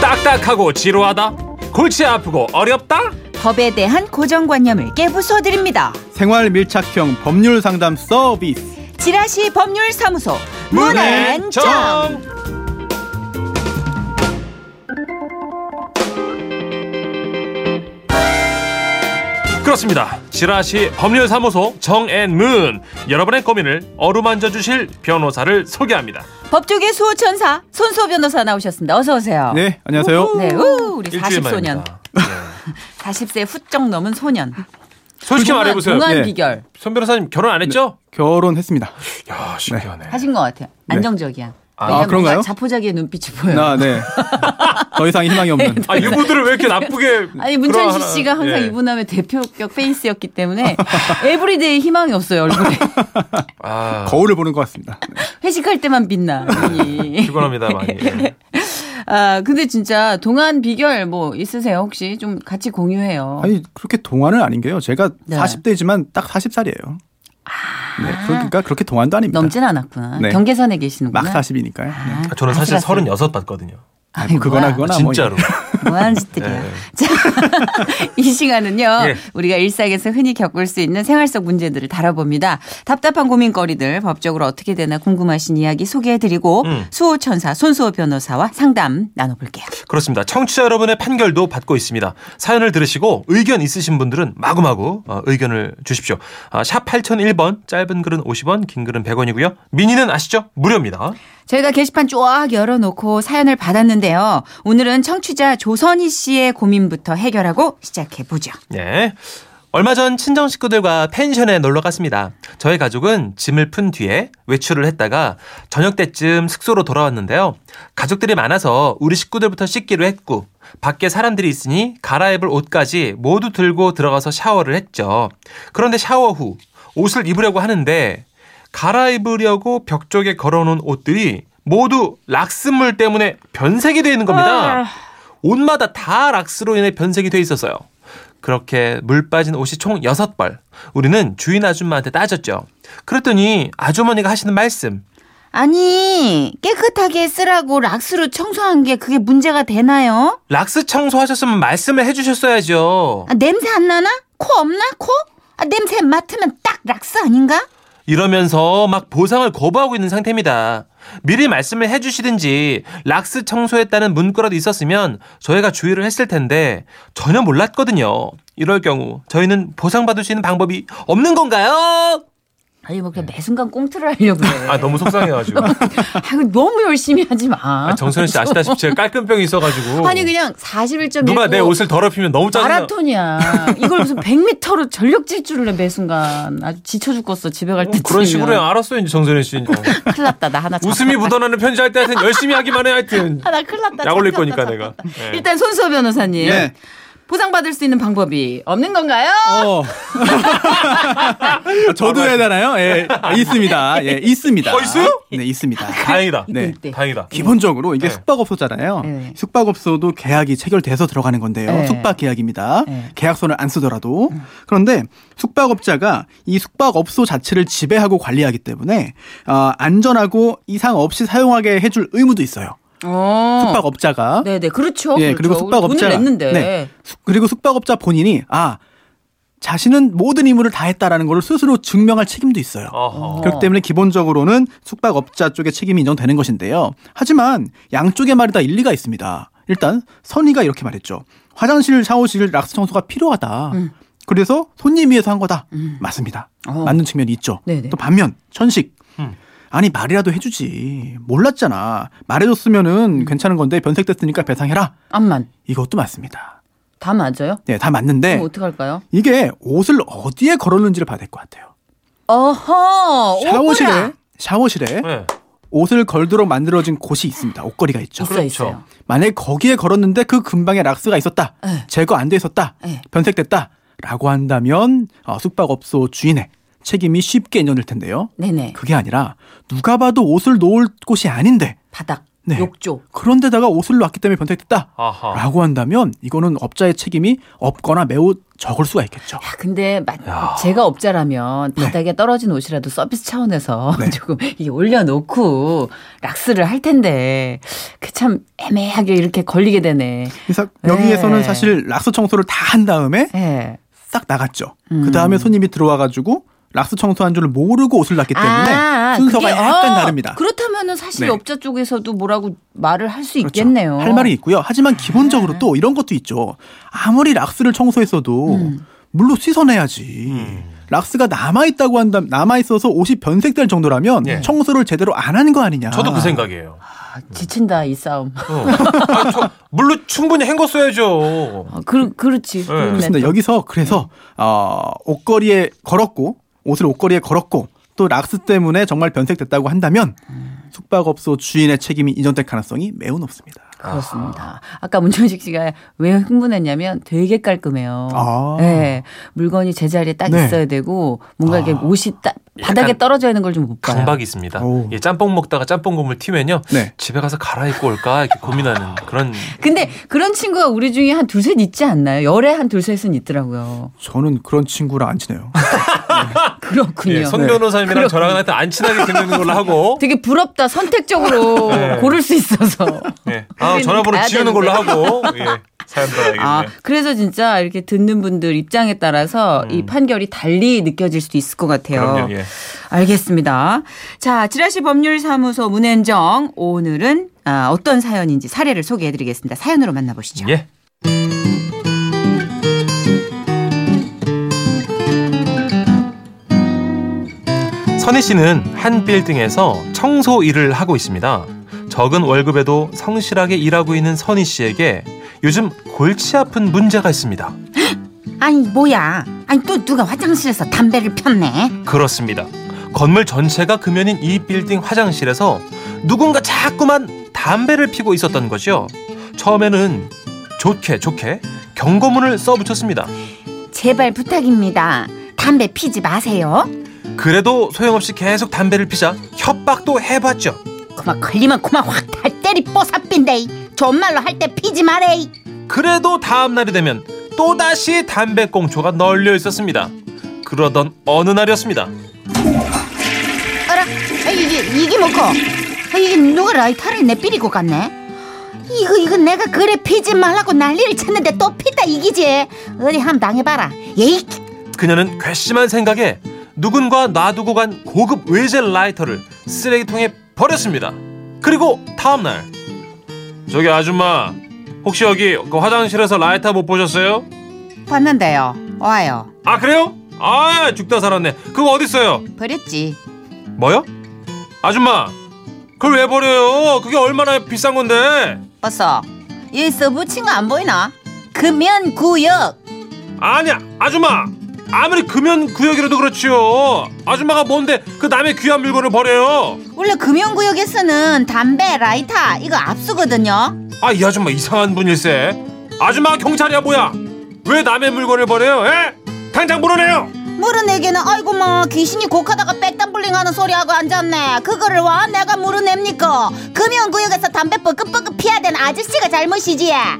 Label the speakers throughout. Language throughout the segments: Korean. Speaker 1: 딱딱하고 지루하다? 골치 아프고 어렵다?
Speaker 2: 법에 대한 고정관념을 깨부숴 드립니다.
Speaker 3: 생활 밀착형 법률 상담 서비스.
Speaker 2: 지라시 법률사무소
Speaker 1: 네,
Speaker 2: 문앤정
Speaker 1: 문앤정 그렇습니다. 지라시 법률사무소 정앤문 여러분의 고민을 어루만져 주실 변호사를 소개합니다.
Speaker 2: 법조계 수호천사 손수호 변호사 나오셨습니다. 어서 오세요.
Speaker 3: 네, 안녕하세요.
Speaker 2: 네, 우, 우리
Speaker 1: 일주일
Speaker 2: 40소년,
Speaker 1: 만입니다. 예.
Speaker 2: 40세 후쩍 넘은 소년.
Speaker 1: 솔직히
Speaker 2: 동안-
Speaker 1: 말해보세요. 예.
Speaker 2: 동안
Speaker 3: 네.
Speaker 2: 비결
Speaker 1: 손 변호사님 결혼 안 했죠?
Speaker 3: 결혼했습니다.
Speaker 1: 야 신기하네.
Speaker 2: 하신 것 같아요. 안정적이야.
Speaker 1: 아,
Speaker 2: 왜냐면
Speaker 3: 그런가요?
Speaker 2: 뭔가 자포자기의 눈빛이 보여요.
Speaker 3: 아, 네. 더 이상 희망이
Speaker 2: 네.
Speaker 3: 없는.
Speaker 1: 아 유부들을 왜 이렇게 나쁘게?
Speaker 2: 아니 문찬식
Speaker 1: 그러나-
Speaker 2: 씨가 항상
Speaker 1: 예.
Speaker 2: 이분함의 대표격 페이스였기 때문에 에브리데이 희망이 없어요 얼굴에
Speaker 1: 아,
Speaker 3: 거울을 보는 것 같습니다.
Speaker 2: 네. 회식할 때만 빛나. 이
Speaker 1: 피곤합니다 많이. 예.
Speaker 2: 아 근데 진짜 동안 비결 뭐 있으세요 혹시 좀 같이 공유해요.
Speaker 3: 아니, 그렇게 동안은 아닌 게요. 제가
Speaker 2: 네. 아.
Speaker 3: 40대지만 딱 40살이에요. 네, 그러니까 그렇게 동안도 아닙니다.
Speaker 2: 넘진 않았구나.
Speaker 3: 네.
Speaker 2: 경계선에 계시는구나.
Speaker 3: 막 40이니까요. 네.
Speaker 2: 아,
Speaker 1: 저는 사실
Speaker 2: 아슬아슬.
Speaker 1: 36 받거든요.
Speaker 3: 아니, 뭐 그거나
Speaker 2: 아이고야.
Speaker 3: 그거나 뭐
Speaker 1: 진짜로.
Speaker 2: 뭐하는 짓들이야.
Speaker 3: 네.
Speaker 1: 예.
Speaker 2: 자, 이 시간은요.
Speaker 1: 예.
Speaker 2: 우리가 일상에서 흔히 겪을 수 있는 생활 속 문제들을 다뤄봅니다. 답답한 고민거리들 법적으로 어떻게 되나 궁금하신 이야기 소개해드리고
Speaker 1: 음.
Speaker 2: 수호천사 손수호 변호사와 상담 나눠볼게요.
Speaker 1: 그렇습니다. 청취자 여러분의 판결도 받고 있습니다. 사연을 들으시고 의견 있으신 분들은 마구마구 어, 의견을 주십시오. 아, 샵 8001번 짧은 글은 50원 긴 글은 100원이고요. 미니는 아시죠? 무료입니다.
Speaker 2: 저희가 게시판 쫙 열어놓고 사연을 받았는데요. 오늘은 청취자 조선희 씨의 고민부터 해결하고 시작해보죠.
Speaker 1: 예. 얼마 전 친정 식구들과 펜션에 놀러 갔습니다. 저희 가족은 짐을 푼 뒤에 외출을 했다가 저녁 때쯤 숙소로 돌아왔는데요. 가족들이 많아서 우리 식구들부터 씻기로 했고 밖에 사람들이 있으니 갈아입을 옷까지 모두 들고 들어가서 샤워를 했죠. 그런데 샤워 후 옷을 입으려고 하는데 갈아입으려고 벽 쪽에 걸어놓은 옷들이 모두 락스물 때문에 변색이 되어 있는 겁니다. 옷마다 다 락스로 인해 변색이 돼 있었어요. 그렇게 물 빠진 옷이 총 6벌. 우리는 주인 아줌마한테 따졌죠. 그랬더니 아주머니가 하시는 말씀.
Speaker 2: 아니, 깨끗하게 쓰라고 락스로 청소한 게 그게 문제가 되나요?
Speaker 1: 락스 청소하셨으면 말씀을 해주셨어야죠.
Speaker 2: 아, 냄새 안 나나? 코 없나? 코? 아, 냄새 맡으면 딱 락스 아닌가?
Speaker 1: 이러면서 막 보상을 거부하고 있는 상태입니다. 미리 말씀을 해주시든지 락스 청소했다는 문구라도 있었으면 저희가 주의를 했을 텐데 전혀 몰랐거든요. 이럴 경우 저희는 보상받을 수 있는 방법이 없는 건가요?
Speaker 2: 아니 뭐 그냥 매 순간 꽁트를 하려고 그래.
Speaker 1: 네. 아 너무 속상해가지고.
Speaker 2: 아이고 너무 열심히 하지 마.
Speaker 1: 아, 정선우 씨 아시다시피 제가 깔끔병이 있어가지고
Speaker 2: 아니 그냥 41.1
Speaker 1: 누가 내 옷을 더럽히면 너무 짜증나.
Speaker 2: 마라톤이야. 이걸 무슨 100m로 전력 질주를 해매 순간 아주 지쳐 죽겠어 집에 갈
Speaker 1: 어,
Speaker 2: 때.
Speaker 1: 그런 식으로 해. 알았어요, 이제 정선우 씨. 어.
Speaker 2: 큰일 났다 나 하나.
Speaker 1: 웃음이 묻어나는 편지 할 때 하여튼 열심히 하기만 해 하여튼.
Speaker 2: 하나 큰일 났다.
Speaker 1: 약 올릴
Speaker 2: 잡혔다,
Speaker 1: 거니까
Speaker 2: 잡혔다.
Speaker 1: 내가. 예.
Speaker 2: 일단 손수호 변호사님
Speaker 3: 예.
Speaker 2: 보상받을 수 있는 방법이 없는 건가요?
Speaker 3: 어. 저도 해야 되나요? 예, 있습니다. 예, 있습니다.
Speaker 1: 어, 있어요?
Speaker 3: 네, 있습니다.
Speaker 1: 다행이다.
Speaker 3: 네.
Speaker 2: 이때.
Speaker 1: 다행이다.
Speaker 3: 기본적으로 이게
Speaker 1: 네.
Speaker 3: 숙박업소잖아요.
Speaker 2: 네.
Speaker 3: 숙박업소도 계약이 체결돼서 들어가는 건데요.
Speaker 2: 네.
Speaker 3: 숙박 계약입니다.
Speaker 2: 네. 음.
Speaker 3: 계약서를 안 쓰더라도. 그런데 숙박업자가 이 숙박업소 자체를 지배하고 관리하기 때문에 어, 안전하고 이상 없이 사용하게 해줄 의무도 있어요.
Speaker 2: 어.
Speaker 3: 숙박업자가.
Speaker 2: 네네 그렇죠.
Speaker 3: 예, 그리고
Speaker 2: 그렇죠.
Speaker 3: 숙박업자가.
Speaker 2: 돈을 냈는데.
Speaker 3: 네. 숙- 그리고 숙박업자 본인이 아 자신은 모든 의무를 다했다라는 걸 스스로 증명할 책임도 있어요.
Speaker 1: 어허.
Speaker 3: 그렇기 때문에 기본적으로는 숙박업자 쪽의 책임이 인정되는 것인데요. 하지만 양쪽의 말이 다 일리가 있습니다. 일단 선의가 이렇게 말했죠. 화장실, 샤워실, 락스 청소가 필요하다. 그래서 손님 위해서 한 거다. 맞습니다.
Speaker 2: 음. 어.
Speaker 3: 맞는 측면이 있죠.
Speaker 2: 네네.
Speaker 3: 또 반면 천식.
Speaker 1: 음.
Speaker 3: 아니 말이라도 해주지. 몰랐잖아.
Speaker 2: 음.
Speaker 3: 말해줬으면은 괜찮은 건데 변색됐으니까 배상해라.
Speaker 2: 암만
Speaker 3: 이것도 맞습니다.
Speaker 2: 다 맞아요?
Speaker 3: 네, 다 맞는데
Speaker 2: 그럼 뭐 어떡 할까요?
Speaker 3: 이게 옷을 어디에 걸었는지를 봐야 될 것 같아요.
Speaker 2: 어허
Speaker 3: 샤워실에
Speaker 2: 오브라.
Speaker 3: 샤워실에
Speaker 1: 네.
Speaker 3: 옷을 걸도록 만들어진 곳이 있습니다. 옷걸이가 있죠.
Speaker 2: 있어 있어요.
Speaker 3: 만약에 거기에 걸었는데 그 근방에 락스가 있었다.
Speaker 2: 네.
Speaker 3: 제거 안 돼 있었다.
Speaker 2: 네.
Speaker 3: 변색됐다. 라고 한다면 어, 숙박업소 주인의 책임이 쉽게 인정될 텐데요.
Speaker 2: 네네
Speaker 3: 그게 아니라 누가 봐도 옷을 놓을 곳이 아닌데
Speaker 2: 바닥.
Speaker 3: 네.
Speaker 2: 욕조.
Speaker 3: 그런데다가 옷을 놨기 때문에 변태됐다.
Speaker 1: 아하.
Speaker 3: 라고 한다면 이거는 업자의 책임이 없거나 매우 적을 수가 있겠죠.
Speaker 2: 아, 근데 마-
Speaker 1: 야.
Speaker 2: 제가 업자라면 바닥에 떨어진 옷이라도 서비스 차원에서
Speaker 3: 네.
Speaker 2: 조금 이게 올려놓고 락스를 할 텐데 그 참 애매하게 이렇게 걸리게 되네.
Speaker 3: 이 사-
Speaker 2: 네.
Speaker 3: 여기에서는 사실 락스 청소를 다 한 다음에
Speaker 2: 예.
Speaker 3: 싹 나갔죠.
Speaker 2: 음.
Speaker 3: 그 다음에 손님이 들어와가지고 락스 청소한 줄 모르고 옷을 놨기 때문에 순서가
Speaker 2: 그게-
Speaker 3: 약간
Speaker 2: 어,
Speaker 3: 다릅니다.
Speaker 2: 그렇다면은 사실
Speaker 3: 네.
Speaker 2: 업자 쪽에서도 뭐라고 말을 할 수
Speaker 3: 그렇죠.
Speaker 2: 있겠네요. 네.
Speaker 3: 할 말이 있고요. 하지만 기본적으로 또 이런 것도 있죠. 아무리 락스를 청소했어도
Speaker 2: 음.
Speaker 3: 물로 씻어내야지.
Speaker 1: 음.
Speaker 3: 락스가 남아 있다고 한다 남아 있어서 옷이 변색될 정도라면
Speaker 1: 예.
Speaker 3: 청소를 제대로 안 한 거 아니냐.
Speaker 1: 저도 그 생각이에요.
Speaker 2: 아, 지친다 이 싸움.
Speaker 1: 어. 아니, 저 물로 충분히 헹궜어야죠.
Speaker 2: 어, 그 그렇지. 그렇네.
Speaker 3: 그렇습니다. 여기서 그래서 어, 옷걸이에 걸었고 옷을 옷걸이에 걸었고 또 락스 때문에 정말 변색됐다고 한다면 숙박업소 주인의 책임이 인정될 가능성이 매우 높습니다.
Speaker 2: 그렇습니다. 아까 문천식 씨가 왜 흥분했냐면 되게 깔끔해요.
Speaker 3: 아.
Speaker 2: 네, 물건이 제자리에 딱
Speaker 3: 네.
Speaker 2: 있어야 되고 뭔가 이렇게 옷이 딱 바닥에
Speaker 1: 아. 약간
Speaker 2: 떨어져 있는 걸 좀 못 봐요.
Speaker 1: 강박이 있습니다.
Speaker 3: 오.
Speaker 1: 예, 짬뽕 먹다가 짬뽕 국물 튀면요.
Speaker 3: 네.
Speaker 1: 집에 가서 갈아입고 올까 이렇게 고민하는 그런
Speaker 2: 근데 그런 친구가 우리 중에 한 두셋 있지 않나요? 열에 한 두셋은 있더라고요.
Speaker 3: 저는 그런 친구랑 안 친해요.
Speaker 2: 그렇군요.
Speaker 1: 예,
Speaker 2: 네.
Speaker 1: 선 변호사님이랑 저랑 하여튼 안 친하게 지내는 걸로 하고
Speaker 2: 되게 부럽다. 선택적으로
Speaker 1: 네.
Speaker 2: 고를 수 있어서.
Speaker 1: 예. 아,
Speaker 2: 우리는
Speaker 1: 전화번호
Speaker 2: 가야
Speaker 1: 지우는 걸로
Speaker 2: 되는데.
Speaker 1: 하고 예. 사연 들어야겠네요.
Speaker 2: 아, 그래서 진짜 이렇게 듣는 분들 입장에 따라서 이 판결이 달리 느껴질 수도 있을 것 같아요.
Speaker 1: 음. 그럼요. 예.
Speaker 2: 알겠습니다. 자, 지라시 법률사무소 문현정 오늘은 아, 어떤 사연인지 사례를 소개해드리겠습니다. 사연으로 만나보시죠.
Speaker 1: 예. 선희 씨는 한 빌딩에서 청소 일을 하고 있습니다. 적은 월급에도 성실하게 일하고 있는 선희 씨에게 요즘 골치 아픈 문제가 있습니다.
Speaker 2: 아니 뭐야? 아니 또 누가 화장실에서 담배를 폈네.
Speaker 1: 그렇습니다. 건물 전체가 금연인 이 빌딩 화장실에서 누군가 자꾸만 담배를 피고 있었던 거죠. 처음에는 좋게 좋게 경고문을 써붙였습니다.
Speaker 2: 제발 부탁입니다. 담배 피지 마세요.
Speaker 1: 그래도 소용없이 계속 담배를 피자 협박도 해봤죠.
Speaker 2: 그만 걸리면 그만 확달 때리 뽀사빈데. 정말로 할 때 피지 말래.
Speaker 1: 그래도 다음 날이 되면 또다시 담배꽁초가 널려 있었습니다. 그러던 어느 날이었습니다.
Speaker 4: 어라? 아, 이게 이게 뭐고? 아, 이게 누가 라이터를 내비리고 갔네? 이거 이거 내가 그래 피지 말라고 난리를 쳤는데 또 피다 이기지? 어디 한번 당해봐라. 예이.
Speaker 1: 그녀는 괘씸한 생각에 누군가 놔두고 간 고급 외제 라이터를 쓰레기통에 버렸습니다. 그리고 다음 날 저기 아줌마 혹시 여기 그 화장실에서 라이터 못 보셨어요?
Speaker 4: 봤는데요. 와요.
Speaker 1: 아 그래요? 아 죽다 살았네. 그거 어디 있어요?
Speaker 4: 버렸지.
Speaker 1: 뭐요? 아줌마 그걸 왜 버려요? 그게 얼마나 비싼 건데?
Speaker 4: 봤어. 얘 써붙인 거 안 보이나? 금연 구역.
Speaker 1: 아니야 아줌마 아무리 금연 구역이라도 그렇지요. 아줌마가 뭔데 그 남의 귀한 물건을 버려요?
Speaker 4: 원래 금연 구역에서는 담배, 라이터 이거 압수거든요.
Speaker 1: 아 이 아줌마 이상한 분일세 아줌마 경찰이야 뭐야 왜 남의 물건을 버려요 에? 당장 물어내요
Speaker 4: 물은에게는 아이고 뭐 귀신이 곡하다가 백담블링하는 소리하고 앉았네 그거를 와 내가 물어냅니까 금연구역에서 담배 뻐긋뻐긋 피해야 되는 아저씨가 잘못이지
Speaker 1: 아,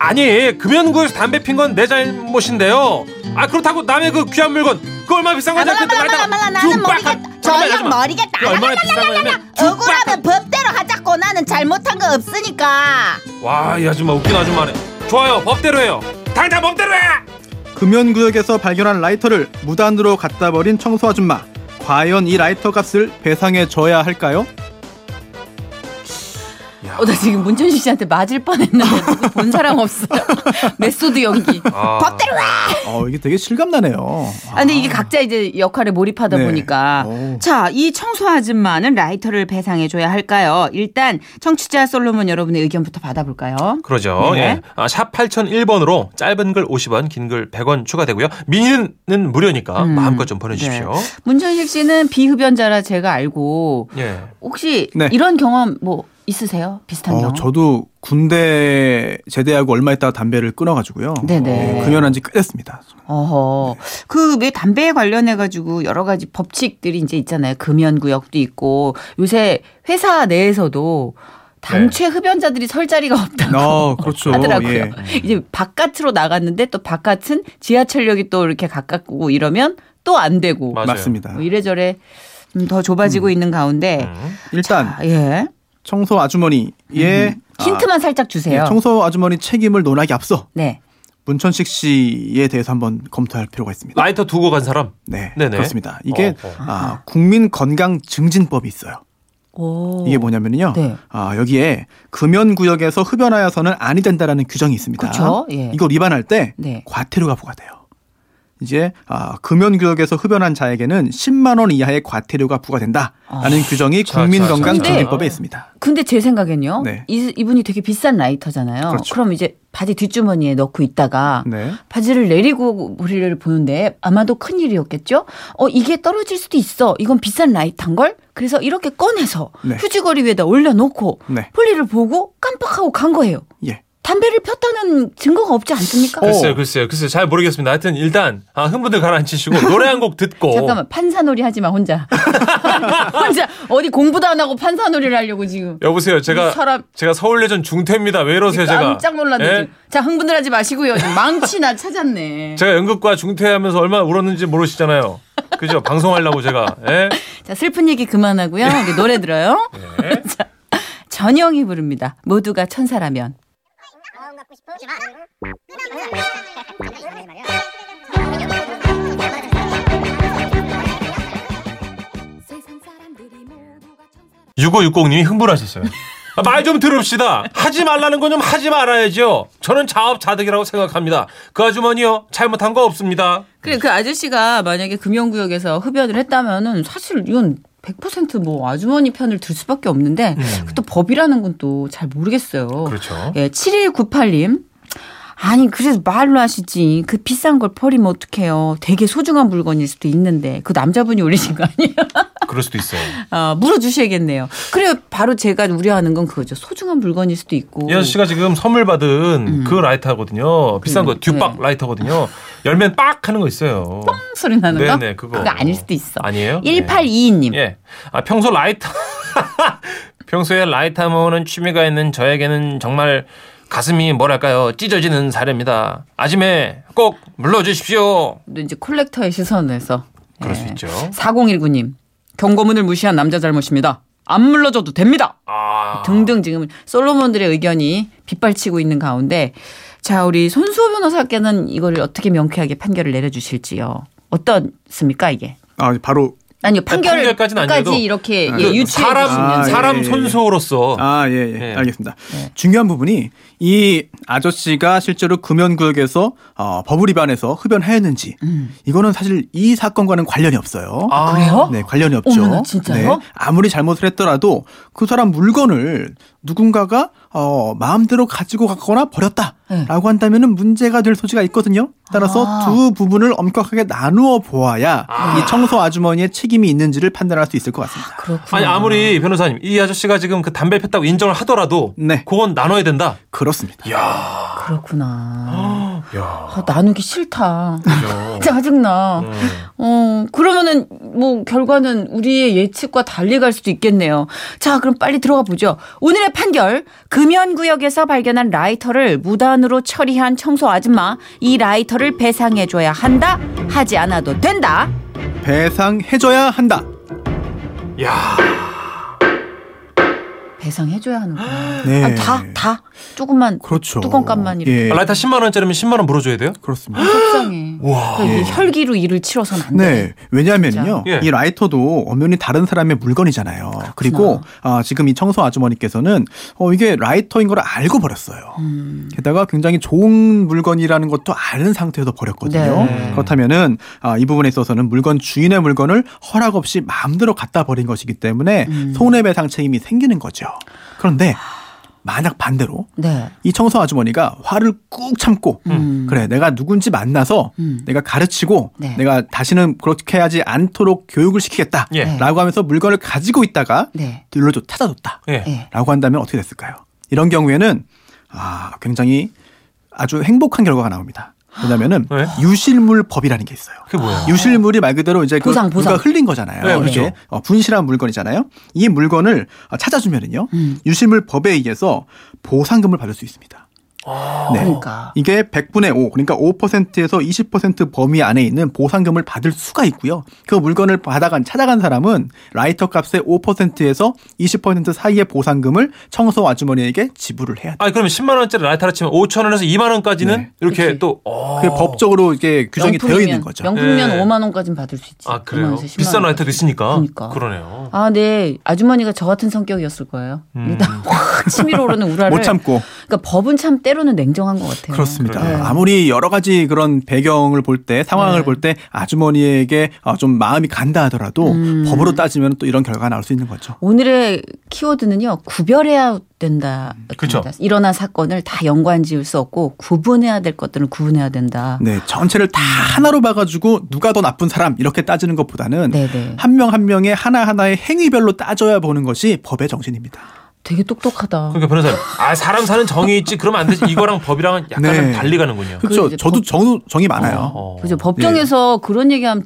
Speaker 1: 아니 금연구에서 담배 핀 건 내 잘못인데요 아 그렇다고 남의 그 귀한 물건 그 얼마 비싼 건지
Speaker 4: 아말라
Speaker 1: 알겠다,
Speaker 4: 말라 말라
Speaker 1: 말다.
Speaker 4: 말라
Speaker 1: 쭉
Speaker 4: 나는
Speaker 1: 빡,
Speaker 4: 모르겠다
Speaker 1: 잠깐만요,
Speaker 4: 저형
Speaker 1: 아줌마.
Speaker 4: 모르겠다
Speaker 1: 이게 얼마나 비싼 거냐면 쭉 빡.
Speaker 4: 억울하면 법대로 하자고 나는 잘못한 거 없으니까
Speaker 1: 와, 이 아줌마 웃긴 아줌마네 좋아요 법대로 해요 당장 법대로 해
Speaker 3: 금연구역에서 발견한 라이터를 무단으로 갖다 버린 청소 아줌마. 과연 이 라이터 값을 배상해 줘야 할까요?
Speaker 2: 어, 나 지금 문천식 씨한테 맞을 뻔했는데 누구 본 사람 없어요. 메소드 연기.
Speaker 1: 아,
Speaker 4: 법대로 해
Speaker 3: 어, 이게 되게 실감나네요.
Speaker 2: 아, 근데 이게 각자 이제 역할에 몰입하다
Speaker 3: 네.
Speaker 1: 어.
Speaker 2: 보니까.
Speaker 3: 오.
Speaker 2: 음. 자, 이 청소 아줌마는 라이터를 배상해줘야 할까요? 일단, 청취자 솔로몬 여러분의 의견부터 받아볼까요?
Speaker 1: 그러죠
Speaker 2: 네.
Speaker 1: 예. 아, 샵 8001번으로 짧은 글 50원 긴 글 100원 추가되고요 미니는 무료니까
Speaker 2: 음.
Speaker 1: 마음껏 좀 보내주십시오
Speaker 2: 문천식 씨는 비흡연자라 제가 알고,
Speaker 1: 예.
Speaker 2: 혹시
Speaker 3: 네.
Speaker 2: 이런 경험 뭐 있으세요? 비슷한
Speaker 3: 어,
Speaker 2: 경우?
Speaker 3: 저도 군대 제대하고 얼마 있다가 담배를 끊어가지고요.
Speaker 2: 네네.
Speaker 3: 금연한 지 꽤 됐습니다.
Speaker 2: 어허. 그 왜 담배에 관련해 가지고 여러 가지 법칙들이 이제 있잖아요. 금연 구역도 있고 요새 회사 내에서도 당최
Speaker 3: 네.
Speaker 2: 흡연자들이 설 자리가 없다고
Speaker 3: 어, 그렇죠.
Speaker 2: 하더라고요.
Speaker 3: 예.
Speaker 2: 이제 바깥으로 나갔는데 또 바깥은 지하철역이 또 이렇게 가깝고 이러면 또 안 되고
Speaker 1: 맞아요.
Speaker 3: 맞습니다.
Speaker 2: 뭐 이래저래 음, 더 좁아지고 있는 가운데
Speaker 1: 음.
Speaker 3: 일단
Speaker 2: 아, 예.
Speaker 3: 청소 아주머니의
Speaker 2: 힌트만 살짝
Speaker 3: 아,
Speaker 2: 주세요.
Speaker 3: 예, 청소 아주머니 책임을 논하기 앞서
Speaker 2: 네.
Speaker 3: 문천식 씨에 대해서 한번 검토할 필요가 있습니다.
Speaker 1: 라이터 두고 간 사람.
Speaker 3: 네,
Speaker 1: 네네.
Speaker 3: 그렇습니다. 이게
Speaker 1: 어, 어.
Speaker 3: 아, 국민 건강 증진법이 있어요.
Speaker 2: 오.
Speaker 3: 이게 뭐냐면요.
Speaker 2: 네.
Speaker 3: 아, 여기에 금연 구역에서 흡연하여서는 아니 된다라는 규정이 있습니다.
Speaker 2: 그쵸, 예.
Speaker 3: 이걸 위반할 때
Speaker 2: 네.
Speaker 3: 과태료가 부과돼요. 이제 아, 금연 구역에서 흡연한 자에게는 10만 원 이하의 과태료가 부과된다라는
Speaker 2: 아.
Speaker 3: 규정이
Speaker 1: 자,
Speaker 3: 국민
Speaker 1: 자, 자,
Speaker 3: 건강
Speaker 2: 자.
Speaker 3: 증진법에 있습니다.
Speaker 2: 근데 제 생각엔요.
Speaker 3: 네.
Speaker 2: 이, 이분이 되게 비싼 라이터잖아요.
Speaker 3: 그렇죠.
Speaker 2: 그럼 이제 바지 뒷주머니에 넣고 있다가
Speaker 3: 네.
Speaker 2: 바지를 내리고 우리를 보는데 아마도 큰 일이었겠죠. 어 이게 떨어질 수도 있어. 이건 비싼 라이터인 걸. 그래서 이렇게 꺼내서
Speaker 3: 네.
Speaker 2: 휴지거리 위에다 올려놓고
Speaker 3: 네.
Speaker 2: 볼일을 보고 깜빡하고 간 거예요.
Speaker 3: 예.
Speaker 2: 담배를 폈다는 증거가 없지 않습니까?
Speaker 3: 어.
Speaker 1: 글쎄요, 그- 글쎄요, 글쎄요. 잘 모르겠습니다. 하여튼 일단 아, 흥분들 가라앉히시고 노래 한 곡 듣고
Speaker 2: 잠깐만 판사놀이 하지 마 혼자. 혼자 어디 공부도 안 하고 판사놀이를 하려고 지금.
Speaker 1: 여보세요.
Speaker 2: 이
Speaker 1: 제가
Speaker 2: 사람- 그러니까
Speaker 1: 제가 서울예전 중퇴입니다. 왜 이러세요, 제가?
Speaker 2: 깜짝 놀랐네.
Speaker 1: 예?
Speaker 2: 지금. 자 흥분들 하지 마시고요. 지금 망치나 찾았네.
Speaker 1: 제가 연극과 중퇴하면서 얼마나 울었는지 모르시잖아요. 그죠? 방송하려고 제가. 예?
Speaker 2: 자 슬픈 얘기 그만하고요. 우리 노래 들어요.
Speaker 1: 네.
Speaker 2: 자, 전영이 부릅니다. 모두가 천사라면.
Speaker 5: 마음 갖고 싶지만 음.
Speaker 1: 6560님이 흥분하셨어요. 아, 말 좀 들읍시다. 하지 말라는 건 좀 하지 말아야죠. 저는 자업자득이라고 생각합니다. 그 아주머니요. 잘못한 거 없습니다.
Speaker 2: 그래 그 아저씨가 만약에 금연구역에서 흡연을 했다면은 사실 이건 100%뭐 아주머니 편을 들 수밖에 없는데 그 또 법이라는 건 또 잘 모르겠어요.
Speaker 1: 음. 그렇죠.
Speaker 2: 예, 7198님. 아니 그래서 말로 하시지 그 비싼 걸 버리면 어떡해요 되게 소중한 물건일 수도 있는데 그 남자분이 올리신 거 아니에요
Speaker 1: 그럴 수도 있어요.
Speaker 2: 아, 물어주셔야겠네요 그래 바로 제가 우려하는 건 그거죠 소중한 물건일 수도 있고
Speaker 1: 이 아저씨가 지금 선물 받은
Speaker 2: 음.
Speaker 1: 그 라이터거든요. 비싼 거,
Speaker 2: 네.
Speaker 1: 듀박 라이터거든요. 열면 빡 하는 거 있어요.
Speaker 2: 소리 나는 거
Speaker 1: 네네, 그거.
Speaker 2: 아닐 수도 있어
Speaker 1: 아니에요? 네.
Speaker 2: 1822님
Speaker 1: 예. 아, 평소 라이터, 평소에 라이터 모으는 취미가 있는 저에게는 정말 가슴이 뭐랄까요. 찢어지는 사례입니다. 아침에 꼭 물러주십시오.
Speaker 2: 또 이제 콜렉터의 시선에서
Speaker 1: 그럴
Speaker 2: 네.
Speaker 1: 수 있죠.
Speaker 2: 4019님 경고문을 무시한 남자 잘못입니다. 안 물러줘도 됩니다.
Speaker 1: 아.
Speaker 2: 등등 지금 솔로몬들의 의견이 빗발치고 있는 가운데 자 우리 손수호 변호사께는 이걸 어떻게 명쾌하게 판결을 내려주실지요. 어떻습니까 이게?
Speaker 3: 아, 바로
Speaker 2: 아니요 판결까지
Speaker 1: 판결까지는 안 돼도
Speaker 2: 이렇게
Speaker 3: 그
Speaker 2: 예, 유치해
Speaker 1: 사람,
Speaker 2: 주시면 네.
Speaker 3: 아,
Speaker 1: 사람
Speaker 3: 예, 예.
Speaker 1: 손수호로서.
Speaker 3: 아, 예, 예.
Speaker 1: 예.
Speaker 3: 알겠습니다. 중요한 부분이 이 아저씨가 실제로 금연 구역에서 어, 법을 위반해서 흡연하였는지 이거는 사실 이 사건과는 관련이 없어요.
Speaker 1: 아,
Speaker 2: 음. 그래요?
Speaker 3: 네, 관련이 없죠. 네.
Speaker 2: 어머나, 진짜요?
Speaker 3: 아무리 잘못을 했더라도 그 사람 물건을 누군가가 어, 마음대로 가지고 갔거나 버렸다라고
Speaker 2: 네.
Speaker 3: 한다면은 문제가 될 소지가 있거든요. 따라서
Speaker 2: 아.
Speaker 3: 두 부분을 엄격하게 나누어 보아야 이 청소 아주머니의 책임이 있는지를 판단할 수 있을 것 같습니다.
Speaker 2: 그렇군요.
Speaker 1: 아니 아무리 변호사님 이 아저씨가 지금 그 담배 폈다고 인정을 하더라도
Speaker 3: 네.
Speaker 1: 그건 나눠야 된다.
Speaker 3: 그렇습니다.
Speaker 2: 그렇구나.
Speaker 1: 야.
Speaker 2: 아, 나누기 싫다. 짜증나.
Speaker 3: 네.
Speaker 2: 어, 그러면은 뭐 결과는 우리의 예측과 달리 갈 수도 있겠네요. 자, 그럼 빨리 들어가 보죠. 오늘의 판결. 금연 구역에서 발견한 라이터를 무단으로 처리한 청소 아줌마 이 라이터를 배상해 줘야 한다. 하지 않아도 된다.
Speaker 3: 배상해줘야 한다.
Speaker 1: 야.
Speaker 2: 배상해 줘야 하는구나.
Speaker 3: 네.
Speaker 2: 아, 다 다. 조금만
Speaker 3: 그렇죠.
Speaker 2: 뚜껑값만 이렇게.
Speaker 3: 예.
Speaker 1: 라이터 10만 원짜리면 10만 원 물어줘야 돼요?
Speaker 3: 그렇습니다.
Speaker 2: 속상해.
Speaker 1: 와.
Speaker 2: 그러니까 이게 혈기로 일을 치러서는 안 돼.
Speaker 3: 네, 왜냐하면요,
Speaker 1: 예.
Speaker 3: 이 라이터도 엄연히 다른 사람의 물건이잖아요. 그리고 아, 지금 이 청소 아주머니께서는 어, 이게 라이터인 걸 알고 버렸어요. 게다가 굉장히 좋은 물건이라는 것도 아는 상태에서 버렸거든요.
Speaker 2: 네.
Speaker 3: 그렇다면은 아, 이 부분에 있어서는 물건 주인의 물건을 허락 없이 마음대로 갖다 버린 것이기 때문에 손해배상 책임이 생기는 거죠. 그런데 만약 반대로
Speaker 2: 네.
Speaker 3: 이 청소 아주머니가 화를 꾹 참고 그래 내가 누군지 만나서 내가 가르치고
Speaker 2: 네.
Speaker 3: 내가 다시는 그렇게 하지 않도록 교육을 시키겠다라고
Speaker 1: 예.
Speaker 3: 하면서 물건을 가지고 있다가
Speaker 2: 네.
Speaker 3: 들러줘 찾아줬다.
Speaker 1: 예.
Speaker 2: 예.
Speaker 3: 라고 한다면 어떻게 됐을까요? 이런 경우에는 아 굉장히 아주 행복한 결과가 나옵니다. 왜냐면은
Speaker 1: 네.
Speaker 3: 유실물 법이라는 게 있어요.
Speaker 1: 그게 뭐예요?
Speaker 3: 유실물이 말 그대로 이제
Speaker 2: 보상,
Speaker 3: 그 누가
Speaker 2: 보상.
Speaker 3: 흘린 거잖아요.
Speaker 1: 네,
Speaker 3: 이게
Speaker 1: 그렇죠.
Speaker 3: 어, 분실한 물건이잖아요. 이 물건을 어, 찾아주면은요
Speaker 2: 음.
Speaker 3: 유실물 법에 의해서 보상금을 받을 수 있습니다.
Speaker 1: 아.
Speaker 3: 네.
Speaker 2: 그러니까.
Speaker 3: 이게 100분의 5, 그러니까 5%에서 20% 범위 안에 있는 보상금을 받을 수가 있고요. 그 물건을 받아간 찾아간 사람은 라이터 값의 5%에서 20% 사이의 보상금을 청소 아주머니에게 지불을 해야 돼요.
Speaker 1: 아, 그러면 10만 원짜리 라이터라 치면 5천 원에서 2만 원까지는
Speaker 3: 네.
Speaker 1: 이렇게
Speaker 2: 그치.
Speaker 1: 또 어.
Speaker 3: 그게 법적으로 이게 규정이 되어 있는 거죠.
Speaker 2: 명품면
Speaker 1: 예.
Speaker 2: 5만 원까지는 받을 수 있지.
Speaker 1: 아,
Speaker 2: 5만
Speaker 1: 그래요.
Speaker 2: 원에서 10만
Speaker 1: 비싼 라이터도
Speaker 2: 원까지.
Speaker 1: 있으니까.
Speaker 2: 그러니까.
Speaker 1: 네요
Speaker 2: 아, 네. 아주머니가 저 같은 성격이었을 거예요.
Speaker 1: 음.
Speaker 2: 일단 확 치밀어 오르는 우라를.
Speaker 3: 못 참고.
Speaker 2: 그러니까 법은 참 때로는 냉정한 것 같아요.
Speaker 3: 그렇습니다.
Speaker 2: 네.
Speaker 3: 아무리 여러 가지 그런 배경을 볼 때, 상황을
Speaker 2: 네.
Speaker 3: 볼 때 아주머니에게 어, 좀 마음이 간다 하더라도 법으로 따지면 또 이런 결과가 나올 수 있는 거죠.
Speaker 2: 오늘의 키워드는요 구별해야 된다. 네.
Speaker 1: 그쵸.
Speaker 2: 일어난 사건을 다 연관 지을 수 없고 구분해야 될 것들은 구분해야 된다.
Speaker 3: 네, 전체를 다 하나로 봐가지고 누가 더 나쁜 사람 이렇게 따지는 것보다는
Speaker 2: 네네.
Speaker 3: 한 명 한 명의 하나 하나의 행위별로 따져야 보는 것이 법의 정신입니다.
Speaker 2: 되게 똑똑하다.
Speaker 1: 그러니까 변호사님, 아 사람 사는 정이 있지. 그러면 안 되지. 이거랑 법이랑은 약간
Speaker 3: 네.
Speaker 1: 좀 달리 가는군요.
Speaker 3: 그렇죠.
Speaker 2: 이제
Speaker 3: 저도
Speaker 2: 법-
Speaker 3: 정, 정이 많아요.
Speaker 1: 어.
Speaker 2: 그죠 법정에서
Speaker 1: 네.
Speaker 2: 그런 얘기하면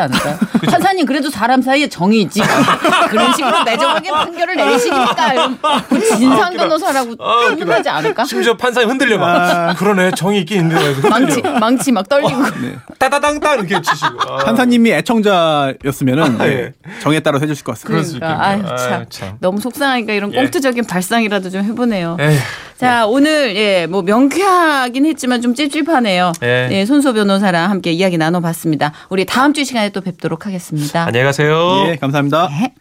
Speaker 2: 않을까요? 판사님 그래도 사람 사이에 정이 있지 그런 식으로 매정하게 판결을 내리시니까 이런 뭐
Speaker 1: 아,
Speaker 2: 진상 변호사라고 표현하지 않을까? 아.
Speaker 1: 심지어 판사님 흔들려 막. 그러네. 정이 있긴 있는데.
Speaker 2: 망치 망치 막 떨리고
Speaker 1: 아, 따다당당 이렇게 치시고. 아.
Speaker 3: 판사님이 애청자였으면은
Speaker 1: 아,
Speaker 3: 네, 정에 따라서 해주실 것 같습니다.
Speaker 1: 그럴 수 있겠네요.
Speaker 2: 그러니까 아유 참,
Speaker 1: 아유, 참.
Speaker 2: 너무 속상하니까 이런
Speaker 1: 예.
Speaker 2: 꽁트적인 발상이라도 좀 해보네요.
Speaker 1: 에휴.
Speaker 2: 자, 오늘, 예, 뭐, 명쾌하긴 했지만 좀 찝찝하네요.
Speaker 1: 예.
Speaker 2: 예. 손수 변호사랑 함께 이야기 나눠봤습니다. 우리 다음 주 시간에 또 뵙도록 하겠습니다.
Speaker 1: 안녕히 가세요.
Speaker 3: 예, 감사합니다.
Speaker 2: 네.